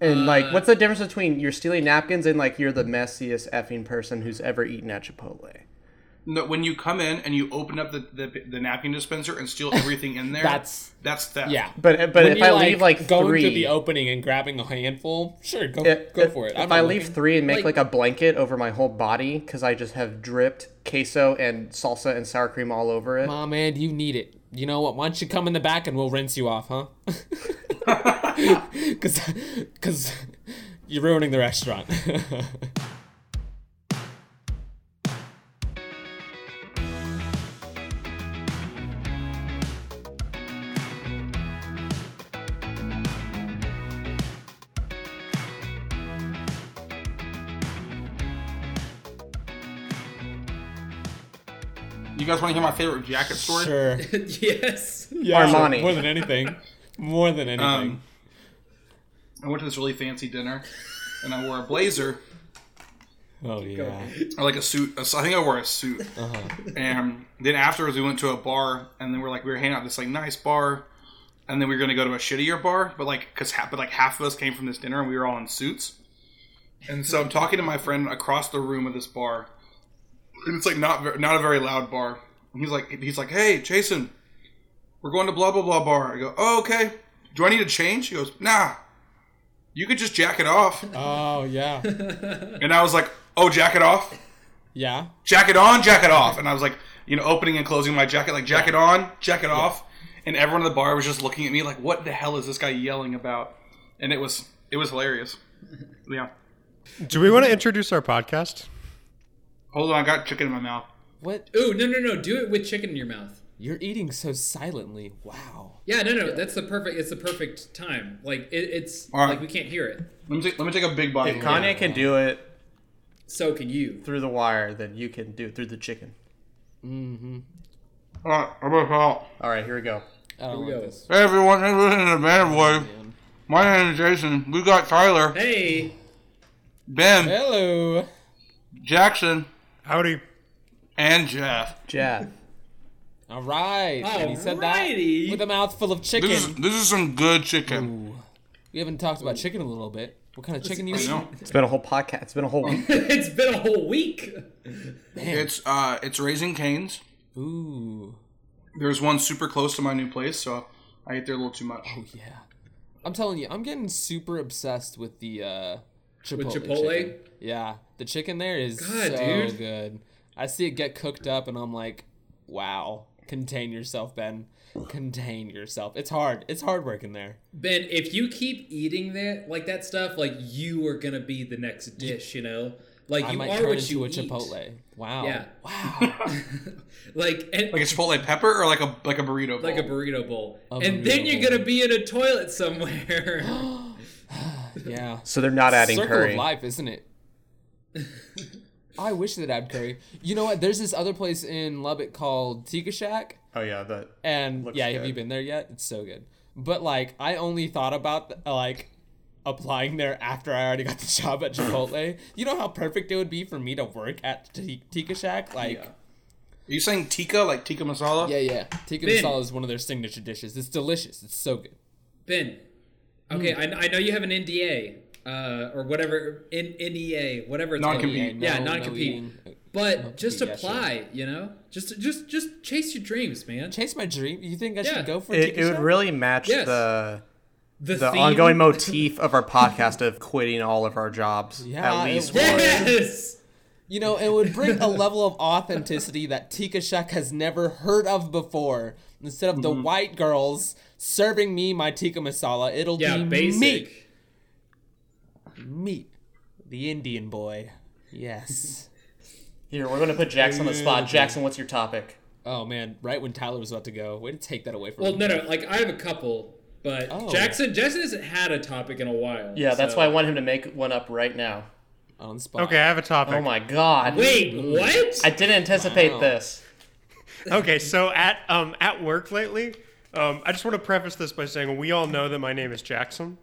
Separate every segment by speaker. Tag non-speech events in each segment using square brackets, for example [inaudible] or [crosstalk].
Speaker 1: And
Speaker 2: Uh,
Speaker 1: like, what's the difference between you're stealing napkins and like you're the messiest effing person who's ever eaten at Chipotle?
Speaker 3: No, when you come in and you open up the, the, the napkin dispenser and
Speaker 2: [laughs]
Speaker 3: steal everything in there,
Speaker 2: That's-
Speaker 3: that's theft.
Speaker 2: Yeah.
Speaker 1: But but
Speaker 2: When
Speaker 1: if
Speaker 2: you,
Speaker 1: I leave like
Speaker 2: going
Speaker 1: three,
Speaker 2: to the opening and grabbing a handful, sure, go
Speaker 1: if,
Speaker 2: go
Speaker 1: if-
Speaker 2: for it.
Speaker 1: If
Speaker 2: I'm
Speaker 1: I
Speaker 2: not
Speaker 1: leave
Speaker 2: looking. [laughs]
Speaker 1: three and make
Speaker 2: Like-
Speaker 1: like, a blanket over my whole body because I just have dripped queso and salsa and sour cream all over it.
Speaker 2: Mom, and you need it. You know what? Why don't you come in the back and we'll rinse you off, huh? [laughs] Because because you're ruining the restaurant. [laughs]
Speaker 3: You guys want to hear my favorite jacket story?
Speaker 2: sure.
Speaker 4: [laughs] yes.
Speaker 2: Yeah, sure.
Speaker 1: Armani.
Speaker 2: More than anything. More than anything.
Speaker 3: Um, I went to this really fancy dinner, and I wore a blazer
Speaker 2: oh yeah.
Speaker 3: or like a suit. I think I wore a suit. And then afterwards, we went to a bar, and then we're like, we were hanging out at this like nice bar, and then we were gonna go to a shittier bar, but like, cause half, but like half of us came from this dinner, and we were all in suits. And so I'm talking to my friend across the room of this bar, and it's like not ver- not a very loud bar. And he's like, he's like, hey, Jason, we're going to blah blah blah bar. I go, oh okay. Do I need to change? He goes, nah. You could just jack it off.
Speaker 4: [laughs]
Speaker 2: Oh yeah.
Speaker 3: And I was like, oh, jack it off
Speaker 2: Yeah.
Speaker 3: jacket on, jacket off. And I was like, you know, opening and closing my jacket, like jacket on, jacket off. And everyone in the bar was just looking at me like, what the hell is this guy yelling about? And it was it was hilarious. [laughs] Yeah.
Speaker 5: Do we want to introduce our podcast?
Speaker 3: Hold on, I got chicken in my mouth.
Speaker 2: What?
Speaker 4: Ooh, Oh, no, no, no. Do it with chicken in your mouth.
Speaker 2: You're eating so silently. Wow.
Speaker 4: Yeah, no, no. That's the perfect. It's the perfect time. Like it, it's
Speaker 3: All right.
Speaker 4: like we can't hear it.
Speaker 3: Let me take, let me take a big bite.
Speaker 1: If Kanye can do it
Speaker 4: So can you?
Speaker 1: through the wire, then you can do it through the chicken.
Speaker 2: Mm-hmm.
Speaker 3: All right, I'm gonna call.
Speaker 1: All right, here we go.
Speaker 2: I don't
Speaker 4: we
Speaker 2: like
Speaker 4: go.
Speaker 2: this.
Speaker 3: Hey everyone, this is the band boy.
Speaker 2: man.
Speaker 3: My name is Jason. We got Tyler,
Speaker 4: Hey,
Speaker 3: Ben,
Speaker 2: Hello.
Speaker 3: Jackson,
Speaker 5: Howdy.
Speaker 3: and Jeff.
Speaker 2: [laughs]
Speaker 1: Jeff.
Speaker 2: All right. And he said that
Speaker 4: Alrighty. [laughs]
Speaker 2: with a mouthful of chicken.
Speaker 3: This is this is some good chicken.
Speaker 2: We haven't talked about chicken in a little bit. What kind of chicken you
Speaker 3: You
Speaker 2: eat?
Speaker 3: know,
Speaker 1: It's been a whole podcast. It's been a whole week.
Speaker 4: it's been a whole week.
Speaker 3: it's uh, it's raising canes.
Speaker 2: Ooh.
Speaker 3: There's one super close to my new place, so I ate there a little too much.
Speaker 2: Oh yeah. I'm telling you, I'm getting super obsessed with the uh Chipotle.
Speaker 4: Chipotle?
Speaker 2: chicken. Yeah. The chicken there is so
Speaker 4: God, dude.
Speaker 2: good. I see it get cooked up and I'm like, wow. Contain yourself, Ben. Contain yourself. It's hard. It's hard working there.
Speaker 4: Ben, if you keep eating that like that stuff, like you are gonna be the next dish. You know, like
Speaker 2: I
Speaker 4: you
Speaker 2: might
Speaker 4: are
Speaker 2: turn
Speaker 4: what
Speaker 2: into
Speaker 4: you
Speaker 2: a
Speaker 4: eat.
Speaker 2: Chipotle. Wow.
Speaker 4: Yeah. [laughs]
Speaker 2: Wow.
Speaker 4: Like and
Speaker 3: Like a Chipotle pepper or like a like a burrito.
Speaker 4: like a
Speaker 3: bowl?
Speaker 4: burrito bowl, and then
Speaker 2: burrito
Speaker 4: you're
Speaker 2: bowl.
Speaker 4: gonna be in a
Speaker 2: [gasps]
Speaker 4: toilet somewhere. [laughs]
Speaker 2: yeah.
Speaker 1: So they're not adding
Speaker 2: Circle
Speaker 1: curry.
Speaker 2: of life, isn't it? I wish they'd add curry. You know what? There's this other place in Lubbock called Tika Shack.
Speaker 1: Oh yeah, that
Speaker 2: And
Speaker 1: Looks
Speaker 2: yeah, have
Speaker 1: good.
Speaker 2: you been there yet? It's so good. But like, I only thought about uh, like applying there after I already got the job at Chipotle. you know how perfect it would be for me to work at T- Tika Shack. Like,
Speaker 3: Are you saying tikka like tikka masala?
Speaker 2: yeah, yeah. Tika
Speaker 4: Ben.
Speaker 2: masala is one of their signature dishes. It's delicious. It's so good.
Speaker 4: ben, okay, I, I know you have an NDA uh, or whatever N- NEA, whatever it's called.
Speaker 3: Non-compete.
Speaker 4: Yeah,
Speaker 2: no- no
Speaker 4: non-compete.
Speaker 2: eating.
Speaker 4: But just
Speaker 2: yeah, sure.
Speaker 4: apply, you know. Just just just chase your dreams, man.
Speaker 2: Chase my dream. You think I
Speaker 4: Yeah.
Speaker 2: should go for
Speaker 1: it,
Speaker 2: Tika
Speaker 1: it would
Speaker 2: Shack?
Speaker 1: really match
Speaker 4: Yes.
Speaker 1: the the
Speaker 4: theme-
Speaker 1: ongoing motif of our podcast of quitting all of our jobs
Speaker 2: Yeah,
Speaker 1: at
Speaker 2: it
Speaker 1: least
Speaker 2: would.
Speaker 1: once.
Speaker 4: Yes.
Speaker 2: You know, it would bring a level of authenticity that Tika Shack has never heard of before. Instead of the
Speaker 4: Mm-hmm.
Speaker 2: white girls serving me my tikka masala, it'll
Speaker 4: Yeah,
Speaker 2: be
Speaker 4: basic.
Speaker 2: me, me, the Indian boy.
Speaker 4: [laughs]
Speaker 2: Yes.
Speaker 1: Here, we're gonna put Jackson on the spot.
Speaker 4: Mm-hmm.
Speaker 1: Jackson, what's your topic?
Speaker 2: oh man, right when Tyler was about to go, way to take that away from
Speaker 4: Well,
Speaker 2: me.
Speaker 4: no, no. Like I have a couple, but
Speaker 2: Oh.
Speaker 4: Jackson Jackson hasn't had a topic in a while.
Speaker 1: Yeah, that's
Speaker 4: so-
Speaker 1: why I want him to make one up right now.
Speaker 2: On the spot.
Speaker 5: Okay, I have a topic.
Speaker 1: Oh my god.
Speaker 4: Wait, what?
Speaker 1: I didn't anticipate
Speaker 2: Wow.
Speaker 1: this.
Speaker 5: okay, so at um at work lately, um I just want to preface this by saying we all know that my name is Jackson.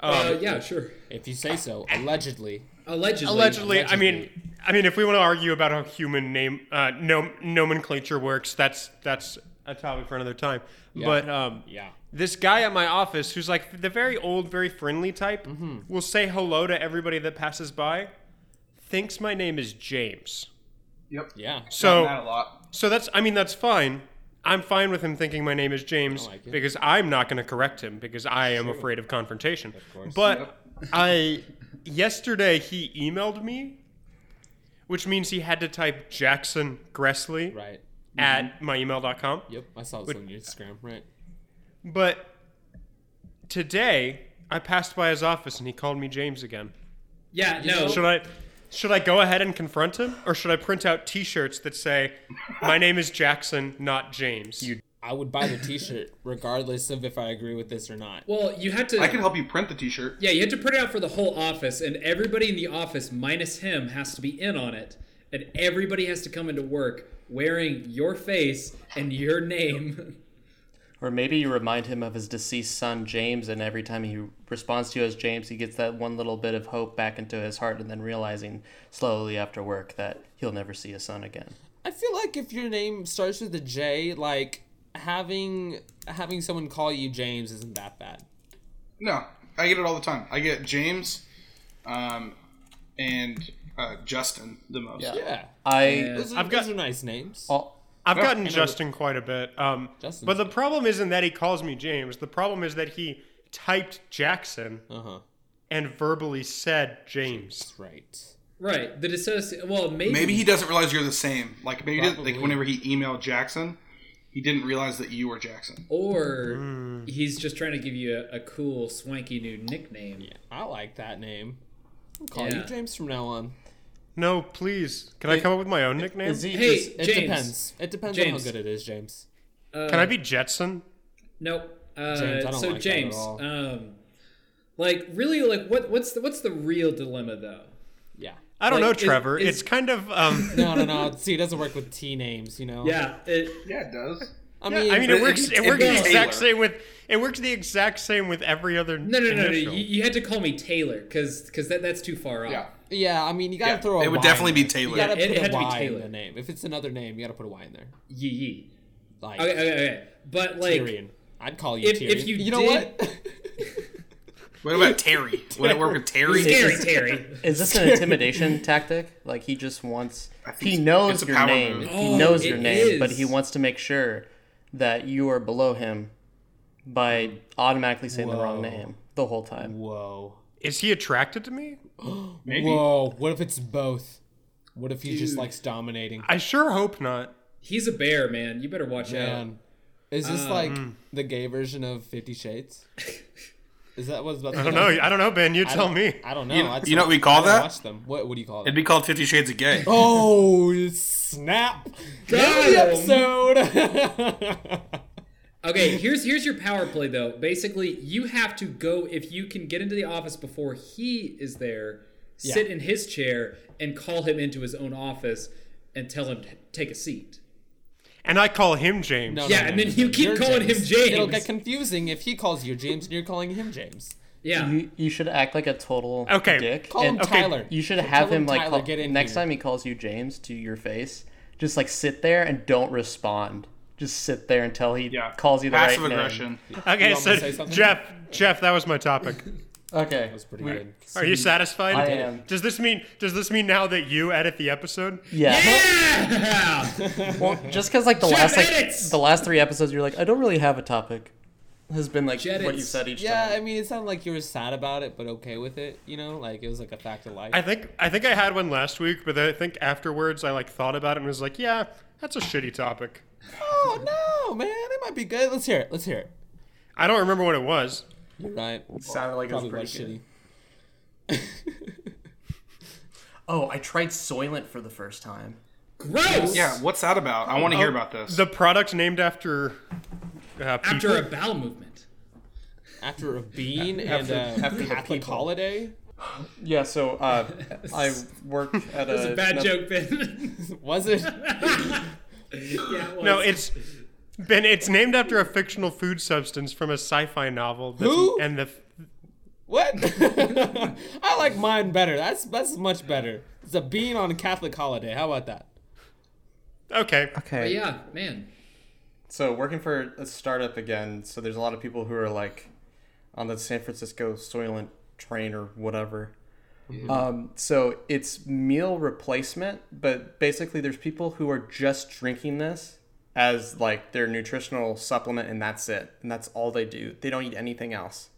Speaker 4: uh, yeah, sure.
Speaker 2: If you say so, allegedly.
Speaker 4: Allegedly.
Speaker 5: Allegedly, I mean, I mean, if we want to argue about how human name uh, nom- nomenclature works, that's that's a topic for another time. But um,
Speaker 2: Yeah.
Speaker 5: this guy at my office, who's like the very old, very friendly type, will say hello to everybody that passes by. Thinks my name is James.
Speaker 3: Yep.
Speaker 2: Yeah.
Speaker 5: So
Speaker 3: that a lot.
Speaker 5: So that's, I mean, that's fine. I'm fine with him thinking my name is James
Speaker 2: like it.
Speaker 5: because I'm not going to correct him because I am afraid of confrontation. But I, yesterday he emailed me, which means he had to type Jackson Gressley
Speaker 2: Right.
Speaker 5: at myemail.com.
Speaker 2: Yep. I saw this on your Instagram. Right.
Speaker 5: But today I passed by his office and he called me James again.
Speaker 4: Yeah, no.
Speaker 5: Should I? Should I go ahead and confront him, or should I print out T-shirts that say, "My name is Jackson, not James"?
Speaker 2: I would buy the T-shirt regardless of if I agree with this or not.
Speaker 4: Well, you had to.
Speaker 3: I can help you print the T-shirt.
Speaker 4: yeah, you had to print it out for the whole office, and everybody in the office minus him has to be in on it, and everybody has to come into work wearing your face and your name. [laughs]
Speaker 1: Or maybe you remind him of his deceased son James, and every time he responds to you as James, he gets that one little bit of hope back into his heart, and then realizing slowly after work that he'll never see his son again.
Speaker 2: I feel like if your name starts with a J, like having having someone call you James isn't that bad.
Speaker 3: No, I get it all the time. I get James, um, and uh, Justin the most.
Speaker 2: Yeah.
Speaker 1: I
Speaker 4: Yeah.
Speaker 2: Those are,
Speaker 5: I've got-
Speaker 2: those are nice names.
Speaker 4: Oh.
Speaker 1: all,
Speaker 5: I've
Speaker 3: Yeah.
Speaker 5: gotten Justin quite a bit. Um,
Speaker 2: Justin's-
Speaker 5: but the problem isn't that he calls me James. The problem is that he typed Jackson
Speaker 2: Uh huh.
Speaker 5: and verbally said James.
Speaker 2: Right.
Speaker 4: right. The dissoci. Well, maybe.
Speaker 3: Maybe he doesn't realize you're the same. Like maybe he didn't, like
Speaker 2: Probably.
Speaker 3: whenever he emailed Jackson, he didn't realize that you were Jackson.
Speaker 4: Or
Speaker 2: Hmm.
Speaker 4: he's just trying to give you a, a cool, swanky new nickname.
Speaker 2: Yeah, I like that name. I'll call you
Speaker 4: Yeah.
Speaker 2: James from now on.
Speaker 5: No, please. Can I come up with my own nickname?
Speaker 1: is he
Speaker 4: Hey,
Speaker 1: just-
Speaker 2: It
Speaker 4: James.
Speaker 2: depends. It depends
Speaker 4: James.
Speaker 2: on how good it is, James.
Speaker 5: Can I be Jetson?
Speaker 4: Uh, Nope. Uh,
Speaker 2: James, I don't
Speaker 4: so
Speaker 2: like that at
Speaker 4: James,
Speaker 2: all.
Speaker 4: um, like really, like what? What's the what's the real dilemma though?
Speaker 2: Yeah.
Speaker 5: I don't
Speaker 4: Like,
Speaker 5: know,
Speaker 4: is-
Speaker 5: Trevor.
Speaker 4: is-
Speaker 5: it's kind of. Um,
Speaker 2: No, no,
Speaker 5: [laughs]
Speaker 2: no. See, it doesn't work with T names, you know.
Speaker 4: Yeah, it,
Speaker 3: Yeah, it does.
Speaker 2: [laughs] I
Speaker 5: yeah,
Speaker 2: mean,
Speaker 5: I mean, it works. It
Speaker 3: It
Speaker 5: works the
Speaker 3: does.
Speaker 5: exact
Speaker 3: Taylor.
Speaker 5: same with. It works the exact same with every other.
Speaker 4: no, no, no, no. You,
Speaker 5: initial.
Speaker 4: you had to call me Taylor because because that that's too far off.
Speaker 3: Yeah.
Speaker 2: yeah. I mean, you gotta
Speaker 3: Yeah,
Speaker 2: throw. A
Speaker 3: it would
Speaker 2: y
Speaker 3: definitely
Speaker 2: in
Speaker 3: be
Speaker 2: there.
Speaker 3: Taylor.
Speaker 2: You gotta
Speaker 4: Yeah, it
Speaker 2: put
Speaker 4: had
Speaker 2: a
Speaker 4: to be
Speaker 2: Y in
Speaker 4: Taylor.
Speaker 2: the name. If it's another name, you gotta put a Y in there.
Speaker 4: Yee yee.
Speaker 2: Like
Speaker 4: Okay, okay, okay. But like,
Speaker 2: Tyrion. I'd call you
Speaker 4: If-
Speaker 2: Tyrion.
Speaker 4: if you
Speaker 2: know
Speaker 4: did-
Speaker 5: [laughs]
Speaker 2: what?
Speaker 3: What about Terry? Would it work with Terry?
Speaker 4: Terry, Terry.
Speaker 1: is this
Speaker 2: [laughs]
Speaker 1: an intimidation tactic? Like he just wants he
Speaker 3: it's
Speaker 1: knows
Speaker 3: a
Speaker 1: your
Speaker 3: power
Speaker 1: name.
Speaker 3: move.
Speaker 1: he knows
Speaker 4: Oh,
Speaker 1: your
Speaker 4: it
Speaker 1: name, but
Speaker 4: is.
Speaker 1: he wants to make sure that you are below him by automatically saying the wrong name the whole time.
Speaker 2: Whoa.
Speaker 5: Is he attracted to me?
Speaker 3: Maybe.
Speaker 2: Whoa. What if it's both? What if he just likes dominating?
Speaker 5: I sure hope not.
Speaker 4: He's a bear, man. You better watch out.
Speaker 2: Man, is this like the gay version of Fifty Shades? Is that what's about? To
Speaker 5: I don't know. I don't know, Ben. You tell me.
Speaker 2: I don't know.
Speaker 3: You-
Speaker 2: I'd
Speaker 3: you know
Speaker 2: say-
Speaker 3: what we call
Speaker 2: I don't
Speaker 3: that?
Speaker 2: Watch them. What? What do you call
Speaker 5: [laughs]
Speaker 3: It'd
Speaker 2: it?
Speaker 3: be called Fifty Shades of Gay.
Speaker 2: Oh snap!
Speaker 4: Got
Speaker 2: Daily [laughs]
Speaker 4: him.
Speaker 2: episode.
Speaker 4: Okay, here's here's your power play though. Basically, you have to go if you can get into the office before he is there, sit in his chair and call him into his own office and tell him to take a seat.
Speaker 5: And I call him James.
Speaker 2: No,
Speaker 4: Yeah,
Speaker 2: no,
Speaker 4: and
Speaker 2: no,
Speaker 4: then
Speaker 2: no,
Speaker 4: you
Speaker 2: no.
Speaker 4: keep
Speaker 2: You're
Speaker 4: calling him James.
Speaker 2: It'll get confusing if he calls you James and you're calling him James.
Speaker 4: Yeah.
Speaker 1: You, you should act like a total
Speaker 5: Okay.
Speaker 1: dick.
Speaker 2: Call him
Speaker 1: and
Speaker 5: Okay.
Speaker 2: Tyler.
Speaker 1: you should
Speaker 2: Tell
Speaker 1: have him like
Speaker 2: Tyler,
Speaker 1: call,
Speaker 2: get in
Speaker 1: next
Speaker 2: here.
Speaker 1: time he calls you James to your face, just like sit there and don't respond. Just sit there until he
Speaker 3: Yeah.
Speaker 1: calls you the
Speaker 3: Passive
Speaker 1: right
Speaker 3: aggression.
Speaker 1: name.
Speaker 5: Okay,
Speaker 2: You want me
Speaker 5: so
Speaker 2: to say something?
Speaker 5: Jeff, Jeff, that was my topic.
Speaker 1: Okay.
Speaker 2: That's pretty good.
Speaker 5: Are you satisfied?
Speaker 1: I am.
Speaker 5: Does this mean does this mean now that you edit the episode?
Speaker 1: Yeah.
Speaker 4: Yeah!
Speaker 1: Well, [laughs] just because like the
Speaker 4: Jeff
Speaker 1: last like
Speaker 4: edits!
Speaker 1: the last three episodes, you're like, I don't really have a topic. Has been like
Speaker 4: Jet
Speaker 1: what you
Speaker 4: edits.
Speaker 1: said each
Speaker 2: Yeah, I
Speaker 1: time.
Speaker 2: mean, it sounded like you were sad about it, but okay with it. You know, like it was like a fact of life.
Speaker 5: I think I think I had one last week, but then I think afterwards I like thought about it and was like, yeah, that's a shitty topic.
Speaker 2: oh no, man, it might be good. Let's hear it. Let's hear it.
Speaker 5: I don't remember what it was.
Speaker 2: You're right.
Speaker 1: sounded like
Speaker 2: Probably was shitty.
Speaker 1: Oh, I tried Soylent for the first time.
Speaker 4: Gross!
Speaker 3: Yeah, what's that about? I want to hear about this.
Speaker 5: Oh, The product named after uh, people.
Speaker 4: After a bowel movement.
Speaker 2: After a bean and
Speaker 1: After-
Speaker 2: a
Speaker 1: after the
Speaker 2: Catholic
Speaker 1: people.
Speaker 2: holiday.
Speaker 1: Yeah, so uh, I work at a,
Speaker 4: Bad
Speaker 1: another-
Speaker 4: joke, Ben. [laughs]
Speaker 2: Was it?
Speaker 4: yeah, it was.
Speaker 5: No, it's been it's named after a fictional food substance from a sci-fi novel. That's,
Speaker 2: Who?
Speaker 5: And the
Speaker 2: What? [laughs] I like mine better. That's that's much better. It's a bean on a Catholic holiday. How about that?
Speaker 5: okay,
Speaker 1: Okay.
Speaker 4: yeah, man.
Speaker 1: so working for a startup again. So there's a lot of people who are like on the San Francisco Soylent train or whatever. Um, so it's meal replacement, but basically there's people who are just drinking this as like their nutritional supplement, and that's it, and that's all they do. They don't eat anything else.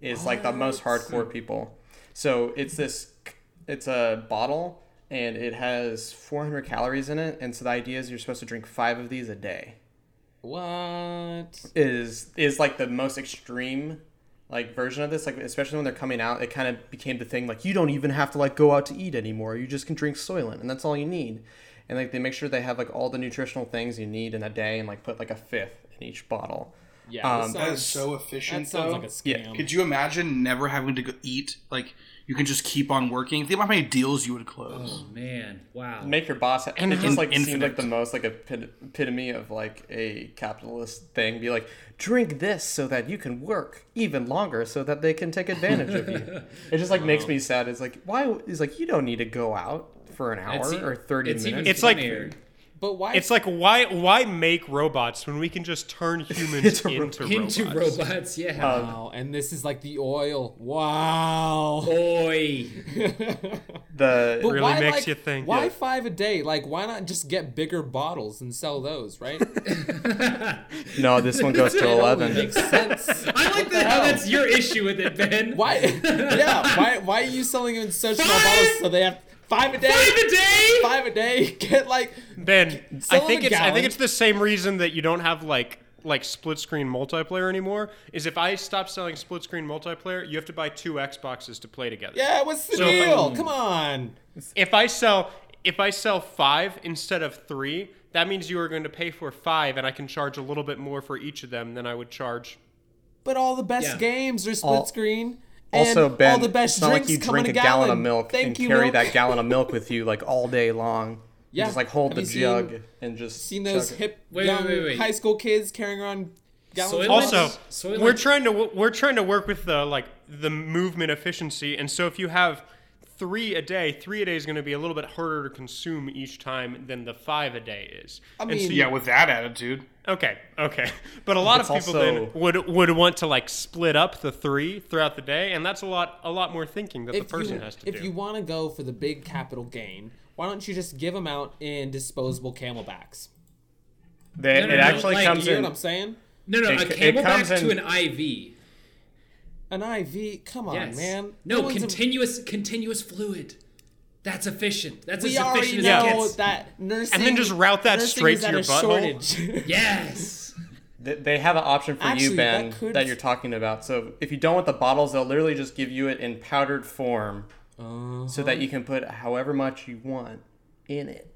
Speaker 1: Is like the most hardcore people. So it's this, it's a bottle, and it has 400 calories in it, and so the idea is you're supposed to drink five of these a day
Speaker 2: What?
Speaker 1: is is like the most extreme like version of this like especially when they're coming out it kind of became the thing like you don't even have to like go out to eat anymore you just can drink soylent and that's all you need and like they make sure they have like all the nutritional things you need in a day and like put like a fifth in each bottle
Speaker 2: Yeah,
Speaker 1: Um,
Speaker 3: That is so efficient.
Speaker 2: That sounds
Speaker 3: though.
Speaker 2: like a scam.
Speaker 3: Could you imagine never having to go eat? Like you can just keep on working. Think about how many deals you would close.
Speaker 4: Man, wow.
Speaker 1: make your boss ha- it
Speaker 3: in-
Speaker 1: just like seemed like
Speaker 3: infinite.
Speaker 1: the most like epit- epitome of like a capitalist thing be like drink this so that you can work even longer so that they can take advantage of
Speaker 2: [laughs]
Speaker 1: you it just like makes me sad it's like why is like you don't need to go out for an hour
Speaker 4: It's e-
Speaker 1: or 30
Speaker 4: it's
Speaker 1: minutes
Speaker 4: Even
Speaker 5: It's like-
Speaker 4: funnier.
Speaker 2: But why?
Speaker 5: It's like why why make robots when we can just turn humans
Speaker 1: Into
Speaker 5: into,
Speaker 1: ro-
Speaker 5: robots?
Speaker 4: into robots. Yeah.
Speaker 2: wow, and this is like the oil. Wow.
Speaker 4: Boy. [laughs]
Speaker 1: the
Speaker 2: But
Speaker 5: really
Speaker 2: why,
Speaker 5: makes
Speaker 2: like,
Speaker 5: you think.
Speaker 2: Why
Speaker 5: Yeah.
Speaker 2: five a day? Like, why not just get bigger bottles and sell those,
Speaker 4: [laughs]
Speaker 2: right?
Speaker 1: no this one goes to
Speaker 2: [laughs] It only
Speaker 1: 11
Speaker 2: Makes sense.
Speaker 4: [laughs] I like
Speaker 2: the
Speaker 4: that how
Speaker 2: hell?
Speaker 4: that's your issue with it, Ben.
Speaker 2: Why?
Speaker 4: [laughs]
Speaker 2: Yeah. Why? Why are you selling them in so small bottles? So they have five a day.
Speaker 4: Five a day?
Speaker 2: Five a day. [laughs] Get like.
Speaker 5: Ben, I
Speaker 2: Sell them
Speaker 5: think
Speaker 2: a
Speaker 5: it's I
Speaker 2: gallon.
Speaker 5: think it's the same reason that you don't have like like split screen multiplayer anymore. Is if I stop selling split screen multiplayer, you have to buy two Xboxes to play together.
Speaker 2: Yeah. What's the
Speaker 5: So-
Speaker 2: deal? Come on.
Speaker 5: If I sell if I sell five instead of three, that means you are going to pay for five, and I can charge a little bit more for each of them than I would charge.
Speaker 2: But all the best
Speaker 4: Yeah.
Speaker 2: games are split
Speaker 1: All-
Speaker 2: screen.
Speaker 1: also
Speaker 2: and
Speaker 1: ben
Speaker 2: all the best
Speaker 1: it's not like
Speaker 2: drinks
Speaker 1: you
Speaker 2: come in
Speaker 1: drink a
Speaker 2: a
Speaker 1: gallon, of milk
Speaker 2: Thank
Speaker 1: and
Speaker 2: you,
Speaker 1: carry
Speaker 2: milk.
Speaker 1: that gallon of milk with you like all day long you
Speaker 2: Yeah.
Speaker 1: just like hold
Speaker 2: Have
Speaker 1: the
Speaker 2: you seen-
Speaker 1: jug and just
Speaker 2: Seen those
Speaker 1: chug it.
Speaker 2: hip
Speaker 4: Wait,
Speaker 2: young
Speaker 4: wait, wait, wait.
Speaker 2: high school kids carrying around gallons.
Speaker 4: Soylent?
Speaker 2: of milk?
Speaker 5: Also,
Speaker 4: Soylent-
Speaker 5: we're trying to wo- we're trying to work with the like the movement efficiency, and so if you have three a day, three a day is going to be a little bit harder to consume each time than the five a day is.
Speaker 2: I
Speaker 5: And so
Speaker 2: mean-
Speaker 5: you-
Speaker 3: Yeah, with that attitude.
Speaker 5: okay, okay, but a lot of
Speaker 1: It's
Speaker 5: people then
Speaker 1: also-
Speaker 5: would would want to like split up the three throughout the day, and that's a lot a lot more thinking that the person
Speaker 2: you,
Speaker 5: has to
Speaker 2: if
Speaker 5: do.
Speaker 2: you want to go for the big capital gain, why don't you just give them out in disposable camelbacks?
Speaker 1: They,
Speaker 4: No, no,
Speaker 1: it
Speaker 4: no,
Speaker 1: actually
Speaker 4: like,
Speaker 1: comes
Speaker 2: You know
Speaker 1: in
Speaker 2: what I'm saying?
Speaker 4: No, no,
Speaker 1: It
Speaker 4: a
Speaker 1: c- it comes
Speaker 4: camelback to
Speaker 1: in-
Speaker 4: an IV.
Speaker 2: An IV. Come on,
Speaker 4: Yes.
Speaker 2: man.
Speaker 4: No,
Speaker 2: one's a-
Speaker 4: continuous continuous fluid. That's efficient. That's
Speaker 2: we
Speaker 4: as
Speaker 2: already
Speaker 4: efficient
Speaker 2: know
Speaker 4: as it gets.
Speaker 2: that nursing.
Speaker 5: just route that
Speaker 2: nursing
Speaker 5: straight
Speaker 2: is
Speaker 5: to
Speaker 2: at
Speaker 5: your
Speaker 2: a
Speaker 4: [laughs]
Speaker 5: butthole?
Speaker 2: shortage. [laughs]
Speaker 4: Yes.
Speaker 1: Th- They have an option for
Speaker 2: Actually,
Speaker 1: you,
Speaker 2: that
Speaker 1: Ben, that,
Speaker 2: could-
Speaker 1: you're talking about. So if you don't want the bottles, they'll literally just give you it in powdered form,
Speaker 2: Uh-huh.
Speaker 1: so that you can put however much you want in it.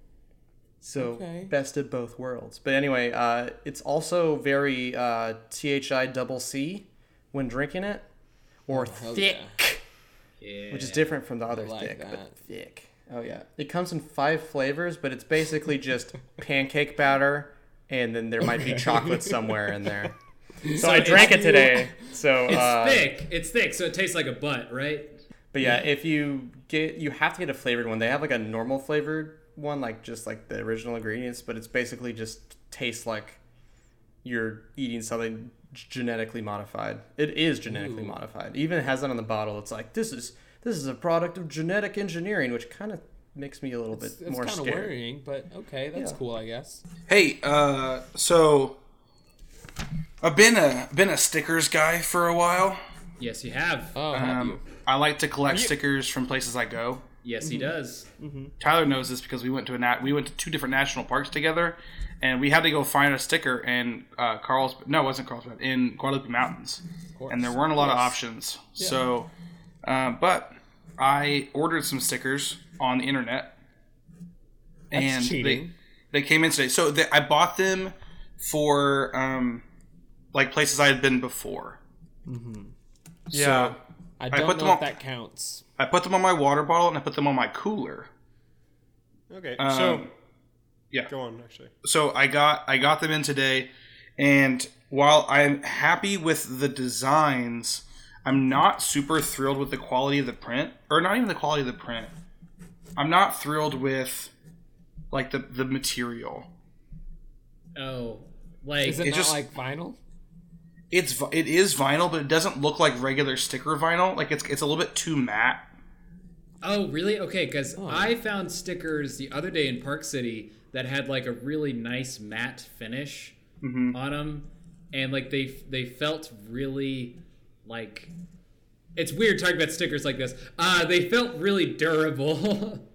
Speaker 1: So
Speaker 2: Okay.
Speaker 1: best of both worlds. But anyway, uh, it's also very uh, thi double C when drinking it, or
Speaker 2: hell
Speaker 1: thick,
Speaker 4: Yeah.
Speaker 1: which is different from the other
Speaker 2: like
Speaker 1: thick, but
Speaker 2: that.
Speaker 1: thick. Oh yeah, it comes in five flavors, but it's basically
Speaker 2: [laughs]
Speaker 1: just pancake batter, and then there might be
Speaker 2: [laughs]
Speaker 1: chocolate somewhere in there. So, I drank it [laughs] today. So uh,
Speaker 4: thick. It's thick, so it tastes like a butt, right?
Speaker 1: But yeah, if you get, you have to get a flavored one. They have like a normal flavored one, like just like the original ingredients, but it's basically just tastes like you're eating something g- genetically modified. It is genetically modified. Even it has that on the bottle. It's like this is this is a product of genetic engineering, which kind of makes me a little bit
Speaker 2: It's
Speaker 1: more
Speaker 2: kind of
Speaker 1: scared.
Speaker 2: worrying, but okay, that's
Speaker 1: Yeah.
Speaker 2: cool, I guess.
Speaker 3: Hey, uh, so I've been a been a stickers guy for a while.
Speaker 4: Yes, you have.
Speaker 2: Oh, have you?
Speaker 3: Um, I like to collect stickers from places I go.
Speaker 4: yes,
Speaker 2: mm-hmm.
Speaker 4: he does.
Speaker 3: Tyler knows this because we went to a nat- we went to two different national parks together, and we had to go find a sticker in uh, Carl's no, it wasn't Carlsbad in Guadalupe Mountains, and there weren't a lot of options. So, uh, but I ordered some stickers on the internet, and they
Speaker 2: cheating.
Speaker 3: they came in today. So they, I bought them for um, like places I had been before.
Speaker 5: yeah,
Speaker 3: So
Speaker 2: I
Speaker 3: put them
Speaker 2: don't know if
Speaker 3: on-
Speaker 2: that counts.
Speaker 3: I put them on my water bottle and I put them on my cooler.
Speaker 5: okay.
Speaker 3: Um,
Speaker 5: so
Speaker 3: yeah.
Speaker 5: go on actually.
Speaker 3: so I got I got them in today, and while I'm happy with the designs, I'm not super thrilled with the quality of the print, or not even the quality of the print. I'm not thrilled with like the the material.
Speaker 4: Oh. Like
Speaker 2: Mm-hmm. Is it, not
Speaker 3: just-
Speaker 2: like vinyl?
Speaker 3: It's vi- it is vinyl, but it doesn't look like regular sticker vinyl. Like it's it's a little bit too matte.
Speaker 4: Oh, really? Okay, because I found stickers the other day in Park City that had like a really nice matte finish
Speaker 5: Mm-hmm.
Speaker 4: on them, and like they they felt really like it's weird talking about stickers like this. Uh, they felt really durable. [laughs]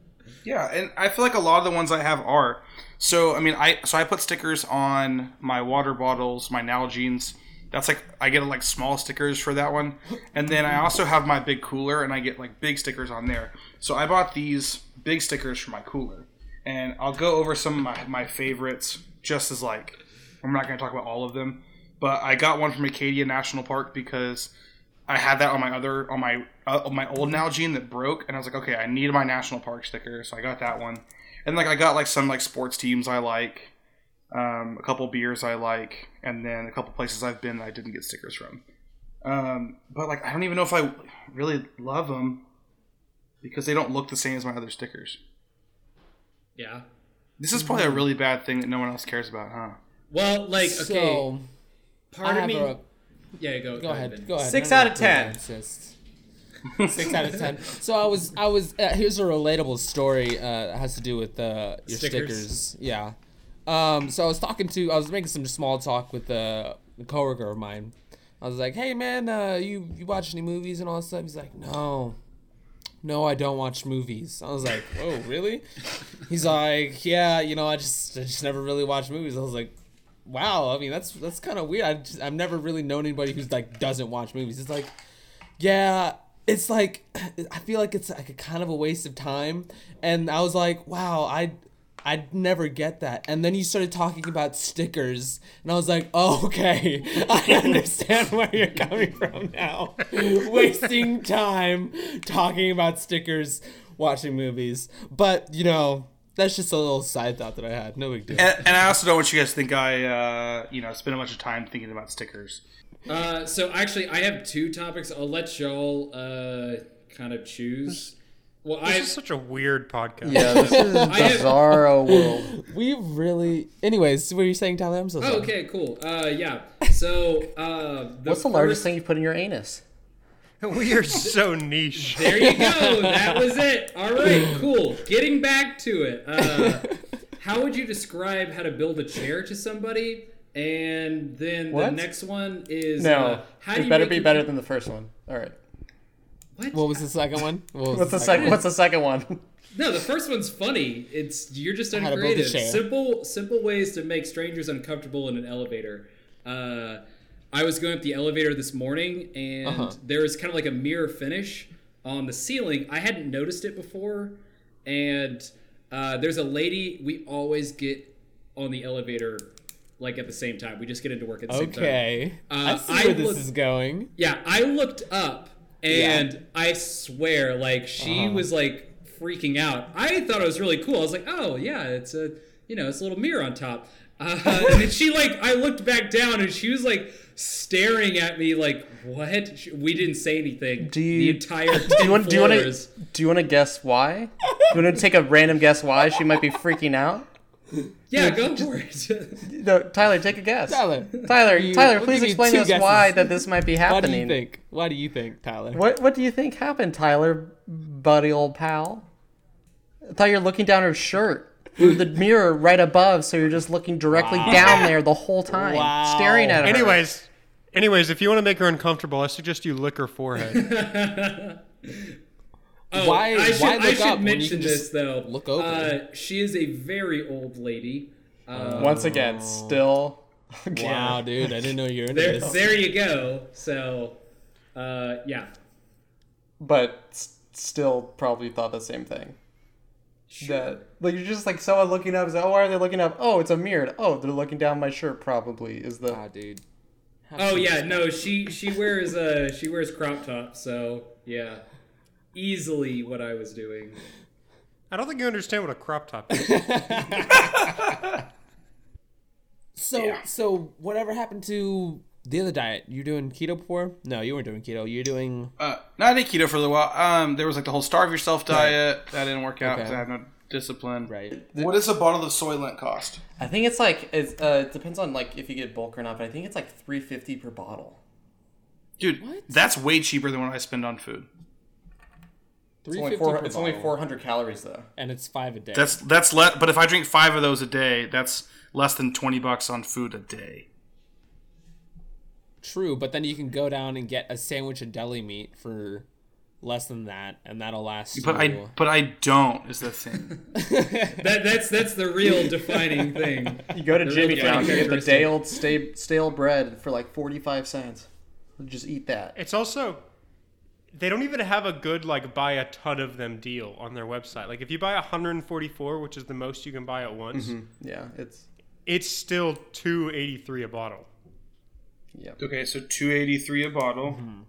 Speaker 3: Yeah, and I feel like a lot of the ones I have are. So I mean, I so I put stickers on my water bottles, my Nalgene's. That's like I get like small stickers for that one, and then I also have my big cooler, and I get like big stickers on there. So I bought these big stickers for my cooler, and I'll go over some of my my favorites. Just as like, I'm not going to talk about all of them, but I got one from Acadia National Park because I had that on my other on my uh, on my old Nalgene that broke, and I was like, okay, I need my national park sticker, so I got that one, and like I got like some like sports teams I like, um, a couple beers I like, and then a couple places I've been that I didn't get stickers from. Um, but like I don't even know if I really love them because they don't look the same as my other stickers.
Speaker 4: yeah.
Speaker 3: This is probably a really bad thing that no one else cares about, huh?
Speaker 4: Well, like okay,
Speaker 2: So I
Speaker 4: part of
Speaker 2: have
Speaker 4: me.
Speaker 2: a
Speaker 4: yeah, go
Speaker 2: go ahead.
Speaker 4: Ben.
Speaker 2: Go ahead.
Speaker 1: Six
Speaker 2: I
Speaker 1: out
Speaker 2: don't
Speaker 1: of
Speaker 2: know if
Speaker 1: 10.
Speaker 2: I insist. Six out of ten. So I was, I was. Uh, here's a relatable story. Uh, that has to do with uh, your
Speaker 4: Stickers.
Speaker 2: stickers. Yeah. Um. So I was talking to, I was making some small talk with uh, a coworker of mine. I was like, "Hey, man, uh, you you watch any movies and all that stuff?" He's like, "No, no, I don't watch movies." I was like, "Oh, really?" He's like, "Yeah, you know, I just I just never really watch movies." I was like, wow i mean that's that's kind of weird I've, just, I've never really known anybody who's like doesn't watch movies it's like yeah it's like i feel like it's like a kind of a waste of time and i was like wow i i'd never get that and then you started talking about stickers and i was like [laughs] oh, okay i understand where you're coming from now [laughs] wasting time talking about stickers watching movies but you know that's just a little side thought that i had no big deal
Speaker 3: And, and I also don't want you guys to think I, uh, you know, spend a bunch of time thinking about stickers.
Speaker 4: Uh, so actually, I have two topics. I'll let y'all uh, kind of choose. Well, I
Speaker 5: This is such a weird podcast.
Speaker 1: Yeah, this is
Speaker 4: have-
Speaker 1: bizarro world.
Speaker 2: We really, anyways, what are you saying, Tyler? I'm so sorry.
Speaker 4: Oh, okay, cool. Uh, yeah. So, uh, the
Speaker 1: What's the largest
Speaker 4: first-
Speaker 1: thing you put in your anus?
Speaker 5: [laughs] We are so niche.
Speaker 4: There
Speaker 1: [laughs]
Speaker 4: you go. that was it. All right, cool. Getting back to it. Uh, how would you describe how to build a chair to somebody? And then
Speaker 1: What?
Speaker 4: the next one is
Speaker 1: No,
Speaker 4: uh, how do
Speaker 1: it
Speaker 4: you
Speaker 1: better
Speaker 4: make
Speaker 1: be
Speaker 4: your-
Speaker 1: better than the first one. All right.
Speaker 4: What?
Speaker 2: What was the second one? What was
Speaker 1: What's the second? What's the second one?
Speaker 4: No, the first one's funny. It's you're just
Speaker 2: How to build a
Speaker 4: uncreative.
Speaker 2: chair.
Speaker 4: Simple, simple ways to make strangers uncomfortable in an elevator. Uh, I was going up the elevator this morning, and
Speaker 2: Uh-huh.
Speaker 4: there was kind of like a mirror finish on the ceiling. I hadn't noticed it before, and uh, there's a lady. We always get on the elevator like at the same time. We just get into work at the same time.
Speaker 2: Okay,
Speaker 4: Uh,
Speaker 2: I see
Speaker 4: I
Speaker 2: where this
Speaker 4: look-
Speaker 2: is going.
Speaker 4: Yeah, I looked up and
Speaker 2: Yeah. Uh-huh.
Speaker 4: I swear, like she was like freaking out. I thought it was really cool. I was like, oh yeah, it's a you know it's a little mirror on top. Uh, and then she like I looked back down and she was like staring at me like what? She- We didn't say anything.
Speaker 1: Do you-
Speaker 4: the
Speaker 2: [laughs]
Speaker 4: entire
Speaker 1: Do you want? Do you want to?
Speaker 4: floors.
Speaker 1: Do you want to guess why? Do you want to take a random guess why she might be freaking out?
Speaker 4: Yeah, go for it. [laughs]
Speaker 1: No, Tyler, take a guess.
Speaker 2: [laughs] Tyler,
Speaker 1: Tyler,
Speaker 2: You-
Speaker 1: Tyler,
Speaker 2: we'll
Speaker 1: please
Speaker 2: give you
Speaker 1: explain
Speaker 2: two
Speaker 1: to us why
Speaker 2: guesses.
Speaker 1: that this might be
Speaker 2: What do you
Speaker 1: happening.
Speaker 2: think? Why do you think, Tyler?
Speaker 1: What What do you think happened, Tyler, buddy, old pal? I thought you were looking down her shirt through
Speaker 2: [laughs]
Speaker 1: the mirror right above, so you're just looking directly down there the whole time,
Speaker 2: Wow.
Speaker 1: staring at her.
Speaker 5: Anyways, anyways, if you want to make her uncomfortable, I suggest you lick her forehead. [laughs]
Speaker 4: Oh,
Speaker 2: Why-
Speaker 4: I should,
Speaker 2: why
Speaker 4: I
Speaker 2: look
Speaker 4: should
Speaker 2: up when you
Speaker 4: mention
Speaker 2: can
Speaker 4: this
Speaker 2: just
Speaker 4: though.
Speaker 2: look over?
Speaker 4: Uh, she is a very old lady. Uh,
Speaker 1: once again, still.
Speaker 2: Wow, dude, I didn't know you were into
Speaker 4: there,
Speaker 2: this.
Speaker 4: there you go. So, uh, yeah.
Speaker 1: but s- still probably thought the same thing. That like you're just like someone looking up is like, oh why are they looking up? Oh it's a mirror. Oh they're looking down my shirt probably is the
Speaker 2: Wow, dude.
Speaker 4: Oh yeah, no, she she wears uh she wears crop tops, so yeah. Easily what I was doing.
Speaker 5: I don't think you understand what a crop top is.
Speaker 2: So, so whatever happened to the other diet? You're doing keto before? No, you weren't doing keto. You're doing
Speaker 3: Uh, no, I did keto for a little while. Um, there was like the whole starve yourself diet that didn't work out because
Speaker 2: Okay.
Speaker 3: I had no Discipline.
Speaker 2: Right.
Speaker 3: What does a bottle of Soylent cost?
Speaker 1: I think it's like it's, uh, it depends on like if you get bulk or not, but I think it's like three fifty per bottle.
Speaker 3: Dude, that's way cheaper than what I spend on food.
Speaker 1: It's only
Speaker 2: 350
Speaker 1: four.
Speaker 2: per
Speaker 1: It's only
Speaker 2: bottle,
Speaker 1: four hundred calories though.
Speaker 2: and it's five a day.
Speaker 3: That's that's less. But if I drink five of those a day, that's less than twenty bucks on food a day.
Speaker 2: True, but then you can go down and get a sandwich of deli meat for less than that, and that'll last.
Speaker 3: But
Speaker 2: you-
Speaker 3: I but I don't is the
Speaker 2: [laughs]
Speaker 3: thing.
Speaker 4: That, that's that's the real defining thing.
Speaker 1: You go to Jimmy
Speaker 4: really
Speaker 1: John's, you
Speaker 4: funny
Speaker 1: get the day old stale, stale bread for like forty five cents. Just eat that.
Speaker 5: It's also they don't even have a good like buy a ton of them deal on their website. Like if you buy 144, which is the most you can buy at once,
Speaker 1: Yeah, it's
Speaker 5: it's still 283 a bottle.
Speaker 1: yeah.
Speaker 3: Okay, so two eighty three a bottle
Speaker 2: Mm-hmm.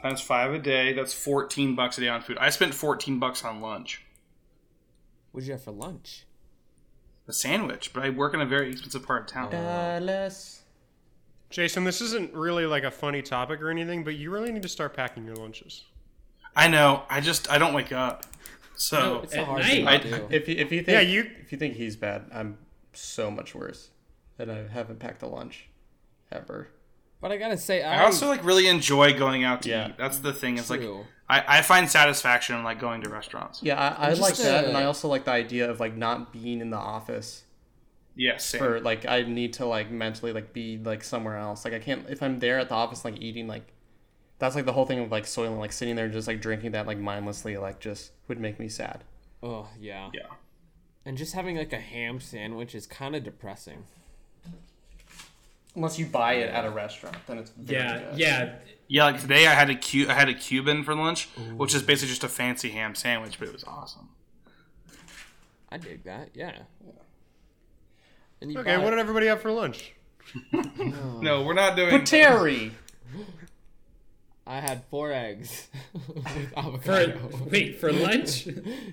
Speaker 3: times five a day. That's fourteen bucks a day on food. I spent fourteen bucks on lunch,
Speaker 2: What'd you have for lunch?
Speaker 3: a sandwich. But I work in a very expensive part of town.
Speaker 1: Dallas.
Speaker 5: Jason, this isn't really like a funny topic or anything, but you really need to start packing your lunches.
Speaker 3: I know. I just I don't wake up. So
Speaker 2: It's a
Speaker 4: At
Speaker 2: hard
Speaker 4: night.
Speaker 2: thing to do.
Speaker 1: If you, if you think
Speaker 5: Yeah, you-
Speaker 1: if you think he's bad, I'm so much worse. That I haven't packed a lunch, ever.
Speaker 2: But I gotta say, I,
Speaker 3: I also like really enjoy going out to
Speaker 1: Yeah.
Speaker 3: eat. That's the thing. It's
Speaker 2: True.
Speaker 3: like I, I find satisfaction in like going to restaurants.
Speaker 1: Yeah, I, I
Speaker 2: just,
Speaker 1: like that, and
Speaker 2: uh,
Speaker 1: I also like the idea of like not being in the office
Speaker 3: Yes. same.
Speaker 1: for like I need to like mentally like be like somewhere else. Like I can't if I'm there at the office like eating like that's like the whole thing of like soil and like sitting there just like drinking that like mindlessly like just would make me sad.
Speaker 2: oh yeah.
Speaker 3: Yeah.
Speaker 2: And just having like a ham sandwich is kind of depressing.
Speaker 1: Unless you buy it at a restaurant, then it's very
Speaker 4: Yeah,
Speaker 1: good.
Speaker 4: yeah.
Speaker 3: Yeah, like today I had a cu- I had a Cuban for lunch, which is basically just a fancy ham sandwich, but it was awesome.
Speaker 2: I dig that. Yeah. And you
Speaker 5: Okay,
Speaker 2: buy-
Speaker 5: what did everybody have for lunch?
Speaker 3: Uh, No, we're not doing.
Speaker 1: But Terry,
Speaker 2: I had four eggs [laughs] with
Speaker 4: For,
Speaker 2: avocado.
Speaker 4: wait for lunch?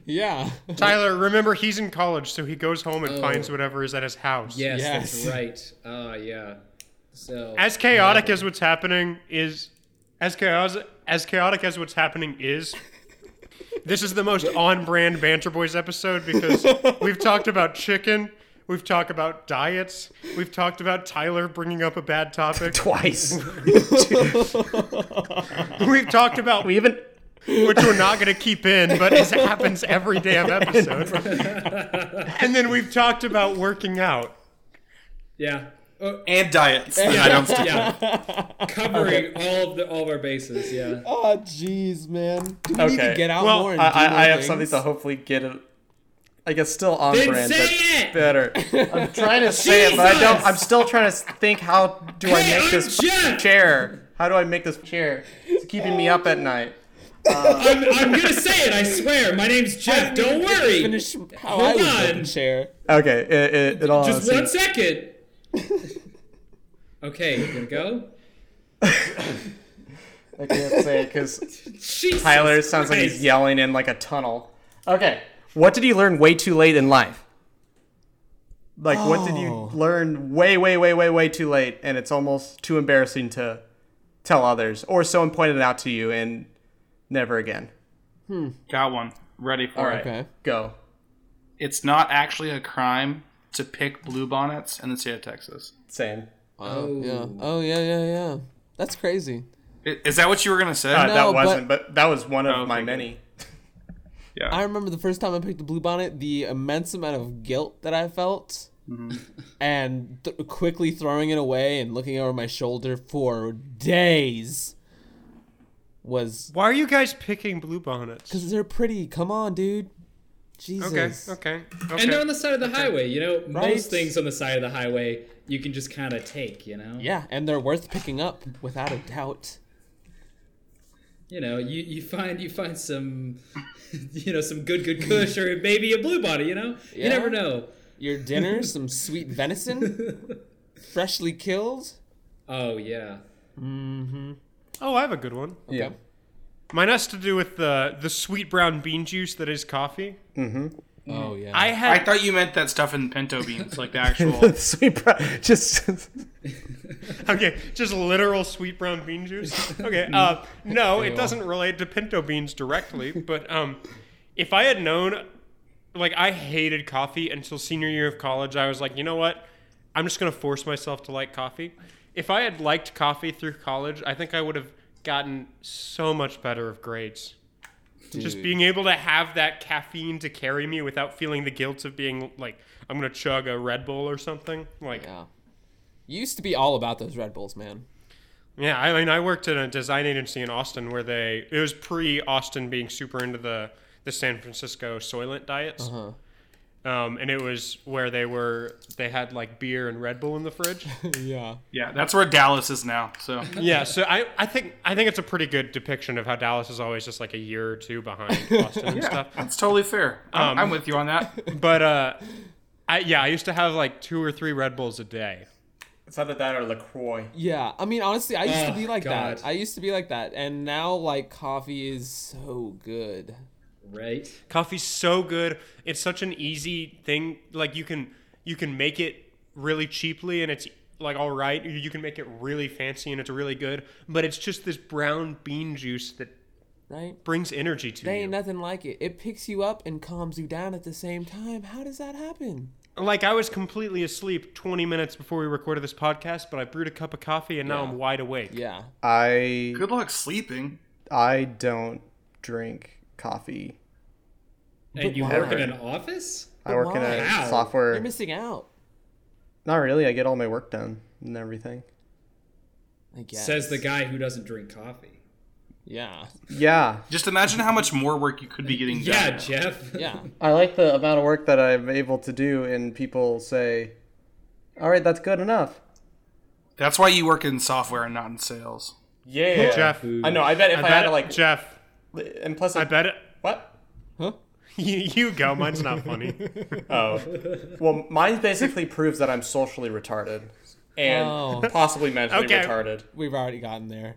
Speaker 2: yeah.
Speaker 5: Tyler, remember he's in college, so he goes home and finds whatever is at his house.
Speaker 4: Yes,
Speaker 2: Yes.
Speaker 4: that's right. Ah, yeah. So
Speaker 5: As chaotic as what's happening is, as chaotic as chaotic as what's happening is, this is the most on-brand Banter Boys episode [laughs] because we've talked about chicken, we've talked about diets, we've talked about Tyler bringing up a bad
Speaker 1: [laughs]
Speaker 5: topic,
Speaker 1: twice.
Speaker 5: [laughs] [laughs] we've talked about
Speaker 1: we even
Speaker 5: which we're not going to keep in, but it happens every [laughs] damn episode. and then we've talked about working out.
Speaker 4: yeah. Oh,
Speaker 3: and diets. Yeah, I don't.
Speaker 4: yeah. Covering all of the all of our bases, yeah.
Speaker 2: [laughs] Oh jeez, man. Do we need
Speaker 1: Okay.
Speaker 2: to get out
Speaker 5: Well,
Speaker 2: more? And
Speaker 1: I,
Speaker 2: do more
Speaker 1: I, I have
Speaker 2: things?
Speaker 1: something to
Speaker 2: [laughs]
Speaker 1: hopefully get it. I guess still on
Speaker 4: Then
Speaker 1: brand,
Speaker 4: say
Speaker 1: but
Speaker 4: it!
Speaker 1: better. I'm [laughs] trying to say it, but I don't.
Speaker 4: Jesus!
Speaker 1: I'm still trying to think. How do I
Speaker 4: Hey,
Speaker 1: make
Speaker 4: I'm
Speaker 1: this
Speaker 4: Jeff!
Speaker 1: chair? How do I make this chair? It's keeping me up at night.
Speaker 4: I'm, I'm gonna say it. I swear. My name's Jeff. Don't worry.
Speaker 2: Finish how I was
Speaker 4: on.
Speaker 2: building chair.
Speaker 1: Okay, it, it, it all.
Speaker 4: Just
Speaker 1: honesty-
Speaker 4: one
Speaker 2: [laughs]
Speaker 4: second. Okay, you gonna go?
Speaker 1: I can't say it because
Speaker 4: Jesus
Speaker 1: Tyler sounds like
Speaker 4: Christ.
Speaker 1: he's yelling in like a tunnel. Okay, what did you learn way too late in life? Like, what did you learn way, way, way, way, way too late, and it's almost too embarrassing to tell others, or someone pointed it out to you, and never again.
Speaker 3: [laughs] Got one ready for
Speaker 1: All
Speaker 3: it.
Speaker 1: right,
Speaker 2: Okay.
Speaker 1: go.
Speaker 3: It's not actually a crime to pick bluebonnets in the state of Texas.
Speaker 1: Same.
Speaker 2: Oh yeah. Oh yeah, yeah, yeah. That's crazy.
Speaker 3: I- Is that what you were gonna say?
Speaker 1: Uh,
Speaker 2: No,
Speaker 1: that
Speaker 2: but-
Speaker 1: wasn't, but, that was one of
Speaker 3: Okay,
Speaker 1: my
Speaker 3: good.
Speaker 1: many.
Speaker 2: I remember the first time I picked a blue bonnet, the immense amount of guilt that I felt,
Speaker 5: Mm-hmm.
Speaker 2: and th- quickly throwing it away and looking over my shoulder for days was
Speaker 5: Why are you guys picking blue bonnets?
Speaker 2: because they're pretty. Come on, dude.
Speaker 5: Okay,
Speaker 2: Jesus.
Speaker 5: okay, okay.
Speaker 4: And they're on the side of the highway. You know,
Speaker 2: Right.
Speaker 4: most things on the side of the highway you can just kind of take. You know.
Speaker 2: Yeah, and they're worth picking up without a doubt.
Speaker 4: You know, you, you find you find some, [laughs] you know, some good good kush or maybe a blue body. You know, you
Speaker 2: Yeah.
Speaker 4: never know.
Speaker 2: Your
Speaker 5: [laughs]
Speaker 2: dinner, some sweet venison, freshly killed.
Speaker 4: Oh yeah.
Speaker 5: oh, I have a good one.
Speaker 1: Yeah.
Speaker 5: Mine has to do with the the sweet brown bean juice that is coffee.
Speaker 2: Oh yeah.
Speaker 3: I
Speaker 5: I had
Speaker 3: thought you meant that stuff in pinto beans, [laughs] like the actual.
Speaker 1: Sweet, bro- just
Speaker 5: [laughs] okay, just literal sweet brown bean juice. Okay, uh, no, it doesn't relate to pinto beans directly, but um, if I had known like I hated coffee until senior year of college. I was like, you know what? I'm just gonna force myself to like coffee. If I had liked coffee through college, I think I would have gotten so much better of grades. Just
Speaker 2: Dude.
Speaker 5: being able to have that caffeine to carry me without feeling the guilt of being like, I'm gonna chug a Red Bull or something. Like, yeah,
Speaker 2: Yeah. You used to be all about those Red Bulls, man.
Speaker 5: I mean, I worked at a design agency in Austin where they it was pre Austin being super into the the San Francisco Soylent diets.
Speaker 2: Huh.
Speaker 5: um, and it was where they were they had like beer and Red Bull in the fridge.
Speaker 2: [laughs] yeah.
Speaker 3: Yeah, that's where Dallas is now. So
Speaker 5: yeah, so I, I think I think it's a pretty good depiction of how Dallas is always just like a year or two behind Austin and
Speaker 3: yeah,
Speaker 5: stuff.
Speaker 3: [laughs] that's totally fair. I'm,
Speaker 5: Um,
Speaker 3: I'm with you on that.
Speaker 5: But uh, I yeah, I used to have like two or three Red Bulls a day.
Speaker 1: It's either that or LaCroix.
Speaker 2: Yeah. I mean, honestly, I used to
Speaker 4: Oh,
Speaker 2: be like
Speaker 4: God.
Speaker 2: that. I used to be like that. And now, like, coffee is so good.
Speaker 4: Right?
Speaker 5: Coffee's so good. It's such an easy thing. Like you can you can make it really cheaply and it's like all right. You can make it really fancy and it's really good. But it's just this brown bean juice that
Speaker 2: Right?
Speaker 5: brings energy to
Speaker 2: There
Speaker 5: you.
Speaker 2: ain't nothing like it. It picks you up and calms you down at the same time. How does that happen?
Speaker 5: Like I was completely asleep 20 minutes before we recorded this podcast, but I brewed a cup of coffee and now I'm wide awake.
Speaker 2: Yeah.
Speaker 1: I
Speaker 3: [laughs] Good luck sleeping.
Speaker 1: I don't drink coffee.
Speaker 4: And you
Speaker 2: why?
Speaker 4: work in an office?
Speaker 1: I work in a
Speaker 4: why?
Speaker 1: software.
Speaker 2: You're missing out.
Speaker 1: Not really. I get all my work done and everything.
Speaker 2: I guess.
Speaker 4: Says the guy who doesn't drink coffee.
Speaker 2: Yeah.
Speaker 1: Yeah,
Speaker 3: Just imagine how much more work you could be getting done.
Speaker 4: Yeah, Jeff.
Speaker 2: Yeah.
Speaker 4: [laughs]
Speaker 1: I like the amount of work that I'm able to do, and people say, "All right, that's good enough."
Speaker 3: That's why you work in software and not in sales.
Speaker 1: Yeah,
Speaker 5: Jeff.
Speaker 1: I know. I bet if
Speaker 5: I
Speaker 1: I,
Speaker 5: bet
Speaker 1: had to
Speaker 5: it,
Speaker 1: like,
Speaker 5: Jeff.
Speaker 1: and plus,
Speaker 5: I bet it. [laughs]
Speaker 1: what?
Speaker 2: Huh?
Speaker 5: You, you go. Mine's not funny.
Speaker 1: Oh, well, mine basically proves that I'm socially retarded and
Speaker 2: Oh.
Speaker 1: possibly mentally
Speaker 5: Okay. [laughs]
Speaker 1: retarded.
Speaker 2: We've already gotten there.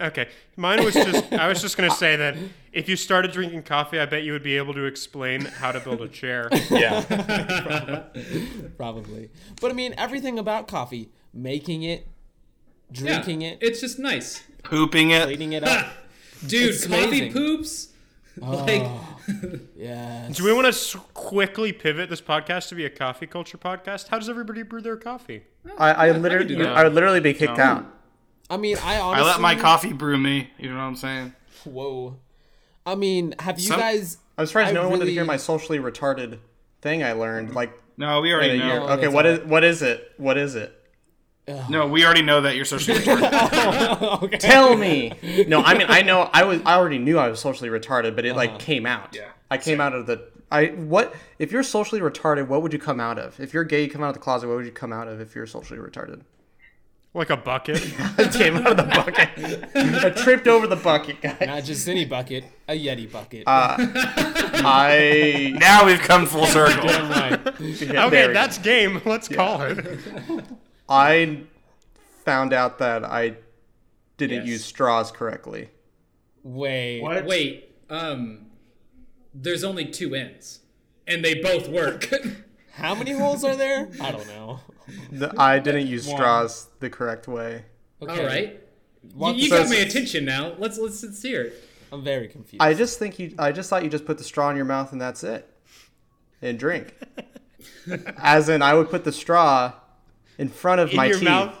Speaker 5: Okay, mine was just. I was just gonna say that if you started drinking coffee, I bet you would be able to explain how to build a chair.
Speaker 1: Yeah,
Speaker 2: Probably. But I mean, everything about coffee, making it,
Speaker 4: Yeah,
Speaker 2: drinking it,
Speaker 4: It's just nice.
Speaker 3: Pooping it.
Speaker 2: cleaning it up.
Speaker 4: [laughs] Dude,
Speaker 2: It's
Speaker 4: coffee
Speaker 2: amazing. Oh.
Speaker 4: poops.
Speaker 2: [laughs]
Speaker 4: like,
Speaker 2: Yes.
Speaker 5: Do we want to s- quickly pivot this podcast to be a coffee culture podcast? How does everybody brew their coffee?
Speaker 1: I, I literally,
Speaker 4: that.
Speaker 1: I would literally be kicked out.
Speaker 2: I mean, I
Speaker 3: I
Speaker 2: honestly.
Speaker 3: let my coffee brew me. You know what I'm saying?
Speaker 2: Whoa. I mean, have you
Speaker 3: Some-
Speaker 2: guys?
Speaker 1: I'm surprised
Speaker 2: I
Speaker 1: no one wanted to
Speaker 2: really-
Speaker 1: hear my socially retarded thing I learned. Like,
Speaker 3: No, we
Speaker 1: in a
Speaker 3: already
Speaker 1: year.
Speaker 3: know.
Speaker 2: No,
Speaker 1: okay,
Speaker 2: that's
Speaker 1: what
Speaker 2: all
Speaker 1: is what is it? What is it?
Speaker 3: No, we already know that you're socially retarded.
Speaker 2: [laughs] okay.
Speaker 1: Tell me. No, I mean I know I was I already knew I was socially retarded, but it
Speaker 5: Uh-huh.
Speaker 1: like came out.
Speaker 3: Yeah.
Speaker 1: I came out of the I what if you're socially retarded, what would you come out of? If you're gay, you come out of the closet, what would you come out of if you're socially retarded? [laughs]
Speaker 5: Like a bucket. [laughs]
Speaker 1: I came out of the bucket. I tripped over the bucket, guy.
Speaker 2: Not just any bucket, a Yeti bucket.
Speaker 1: Uh,
Speaker 5: [laughs]
Speaker 1: I
Speaker 3: [laughs] now we've come full circle.
Speaker 1: yeah, there
Speaker 5: Okay,
Speaker 1: we
Speaker 5: that's game. Let's call it.
Speaker 1: go. I found out that I didn't
Speaker 4: Yes.
Speaker 1: use straws correctly.
Speaker 2: Wait.
Speaker 4: wait, um, there's only two ends, and they both work. [laughs]
Speaker 2: How many holes are there? I don't know.
Speaker 5: [laughs]
Speaker 1: The- I didn't use straws the correct way.
Speaker 2: Okay.
Speaker 4: All right. You,
Speaker 2: Walk
Speaker 4: you
Speaker 2: the-
Speaker 4: got my attention now. Let's let's let's hear it.
Speaker 2: I'm very confused.
Speaker 1: I just think you. I just thought you just put the straw in your mouth and that's it, and drink. As in, I would put the straw in front of
Speaker 5: In
Speaker 1: my
Speaker 5: your
Speaker 1: teeth
Speaker 5: mouth.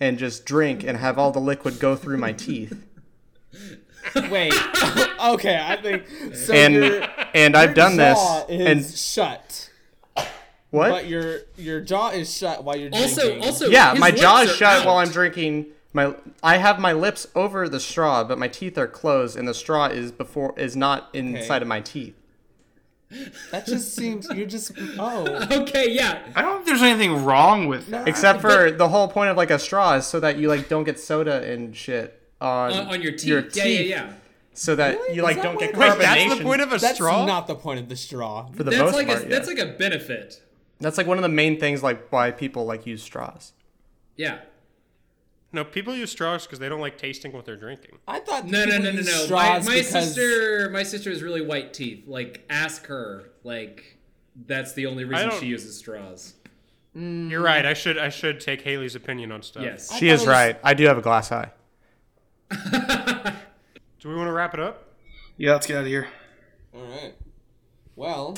Speaker 1: and just drink and have all the liquid go through my teeth.
Speaker 2: Wait. [laughs] okay, I think so.
Speaker 1: And
Speaker 2: your,
Speaker 1: and I've done this.
Speaker 2: jaw is
Speaker 1: And
Speaker 2: shut, but
Speaker 1: what?
Speaker 2: your your jaw is shut while you're
Speaker 4: Also,
Speaker 2: drinking.
Speaker 4: also,
Speaker 1: Yeah,
Speaker 4: his
Speaker 1: my jaw is
Speaker 4: lips are
Speaker 1: shut while
Speaker 4: out. [laughs]
Speaker 1: I'm drinking. My I have my lips over the straw, but my teeth are closed, and the straw is before is not inside of my teeth.
Speaker 2: that just seems you're
Speaker 4: [laughs]
Speaker 2: just oh
Speaker 4: Okay, yeah.
Speaker 3: I don't think there's anything wrong with
Speaker 1: [laughs]
Speaker 3: that.
Speaker 1: Except for the whole point of like a straw is so that you like don't get soda and shit on
Speaker 4: On, on your teeth.
Speaker 1: teeth.
Speaker 4: Yeah, yeah, yeah.
Speaker 1: so that
Speaker 2: Really?
Speaker 1: you like
Speaker 2: Is that
Speaker 1: don't get carbonation.
Speaker 2: what
Speaker 5: Wait, that's the point of a
Speaker 2: that's
Speaker 5: straw.
Speaker 2: not the point of the straw.
Speaker 1: for the
Speaker 4: That's
Speaker 1: most
Speaker 4: like
Speaker 1: part.
Speaker 4: a
Speaker 1: yeah.
Speaker 4: that's like a benefit.
Speaker 1: one of the main things like why people like use straws.
Speaker 4: Yeah.
Speaker 5: no, people use straws because they don't like tasting what they're drinking.
Speaker 2: I thought
Speaker 4: No, no,
Speaker 2: people
Speaker 4: no, no,
Speaker 2: use
Speaker 4: no. My,
Speaker 2: straws
Speaker 4: my
Speaker 2: because-
Speaker 4: sister, my sister has really white teeth. Like, ask her. Like, that's the only reason
Speaker 5: don't-
Speaker 4: she uses straws.
Speaker 5: You're right. I should I should take Haley's opinion on stuff.
Speaker 4: Yes.
Speaker 1: She
Speaker 2: thought
Speaker 1: is
Speaker 2: it was-
Speaker 1: right. I do have a glass eye. [laughs]
Speaker 5: Do we want to wrap it up?
Speaker 3: Yeah, let's get out of here.
Speaker 2: All right. Well,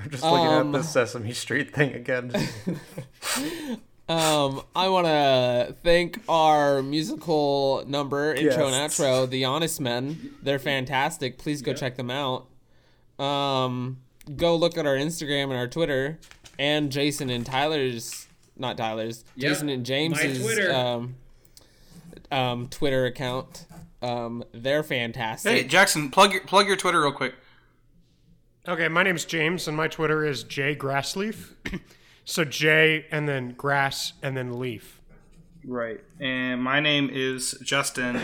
Speaker 1: I'm just looking
Speaker 4: Um,
Speaker 1: at the Sesame Street thing
Speaker 4: [laughs]
Speaker 1: again. [laughs]
Speaker 2: um, I want to thank our musical number intro and
Speaker 1: Yes.
Speaker 2: outro, The Honest Men. They're fantastic. Please go check them out. Um, go look at our Instagram and our Twitter, and Jason and Tyler's, not Tyler's,
Speaker 4: Yeah,
Speaker 2: Jason and
Speaker 4: my
Speaker 2: James's
Speaker 4: Twitter.
Speaker 2: Um, um, Twitter account. Um, they're fantastic.
Speaker 3: Hey, Jackson, plug your, plug your Twitter real quick.
Speaker 5: Okay, my name's James, and my Twitter is J Grassleaf. [coughs] so J and then grass and then leaf.
Speaker 3: Right. And my name is Justin,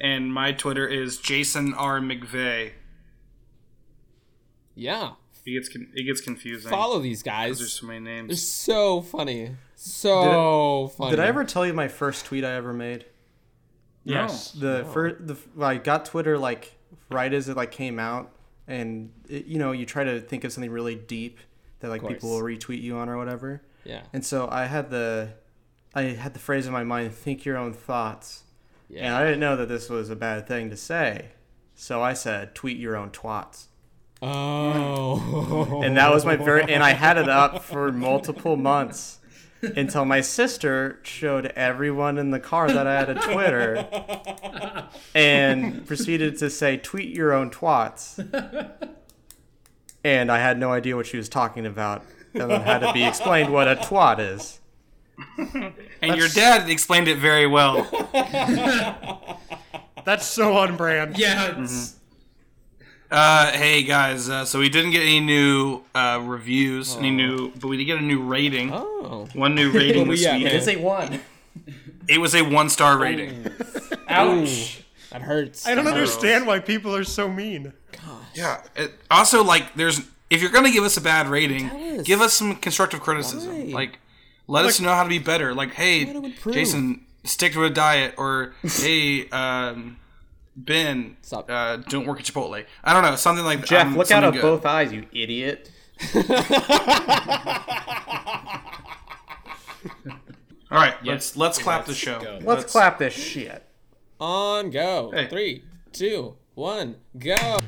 Speaker 3: and my Twitter is Jason R McVeigh.
Speaker 2: Yeah,
Speaker 3: It gets con- it gets confusing.
Speaker 2: follow these guys.
Speaker 3: There's so many
Speaker 2: They're
Speaker 3: names.
Speaker 2: so funny. So funny.
Speaker 1: Did I ever tell you my first tweet I ever made?
Speaker 5: Yes.
Speaker 1: The first, the I got Twitter like right as it like came out, and it, you know you try to think of something really deep that like people will
Speaker 2: course.
Speaker 1: retweet you on or whatever.
Speaker 2: Yeah.
Speaker 1: And so I had the, I had the phrase in my mind: "Think your own thoughts."
Speaker 2: Yeah.
Speaker 1: And I didn't know that this was a bad thing to say, so I said, "Tweet your own twats."
Speaker 2: Oh. [laughs]
Speaker 1: and that was my very and i had it up for multiple months until my sister showed everyone in the car that i had a twitter and proceeded to say tweet your own twats and i had no idea what she was talking about and then had to be explained what a twat is
Speaker 3: And your dad explained it very well.
Speaker 5: That's so on brand.
Speaker 4: Yeah, it's-
Speaker 3: Uh, hey guys, uh, so we didn't get any new uh, reviews, any new, but we did get a new rating.
Speaker 2: [laughs] Oh.
Speaker 3: One new rating this
Speaker 2: Yeah,
Speaker 3: week.
Speaker 2: man.
Speaker 1: a one
Speaker 3: It was a one star rating.
Speaker 1: ouch
Speaker 2: That hurts.
Speaker 5: I don't understand why people are so mean.
Speaker 3: Yeah. It, also, like, there's if you're gonna give us a bad rating,
Speaker 2: is-
Speaker 3: give us some constructive criticism.
Speaker 2: Why?
Speaker 3: Like, let us know how to be better. Like, hey,
Speaker 2: to improve.
Speaker 3: Jason, stick to a diet,
Speaker 2: [laughs]
Speaker 3: or hey, um, Ben,
Speaker 2: Stop.
Speaker 3: uh, don't work at Chipotle. I don't know, something like that.
Speaker 1: jeff
Speaker 3: Um,
Speaker 1: look out
Speaker 3: something
Speaker 1: of
Speaker 3: good.
Speaker 1: both eyes you idiot
Speaker 3: All right, let's let's clap the show.
Speaker 4: go.
Speaker 1: let's clap this shit
Speaker 2: On go.
Speaker 3: Hey.
Speaker 2: Three, two, one, go.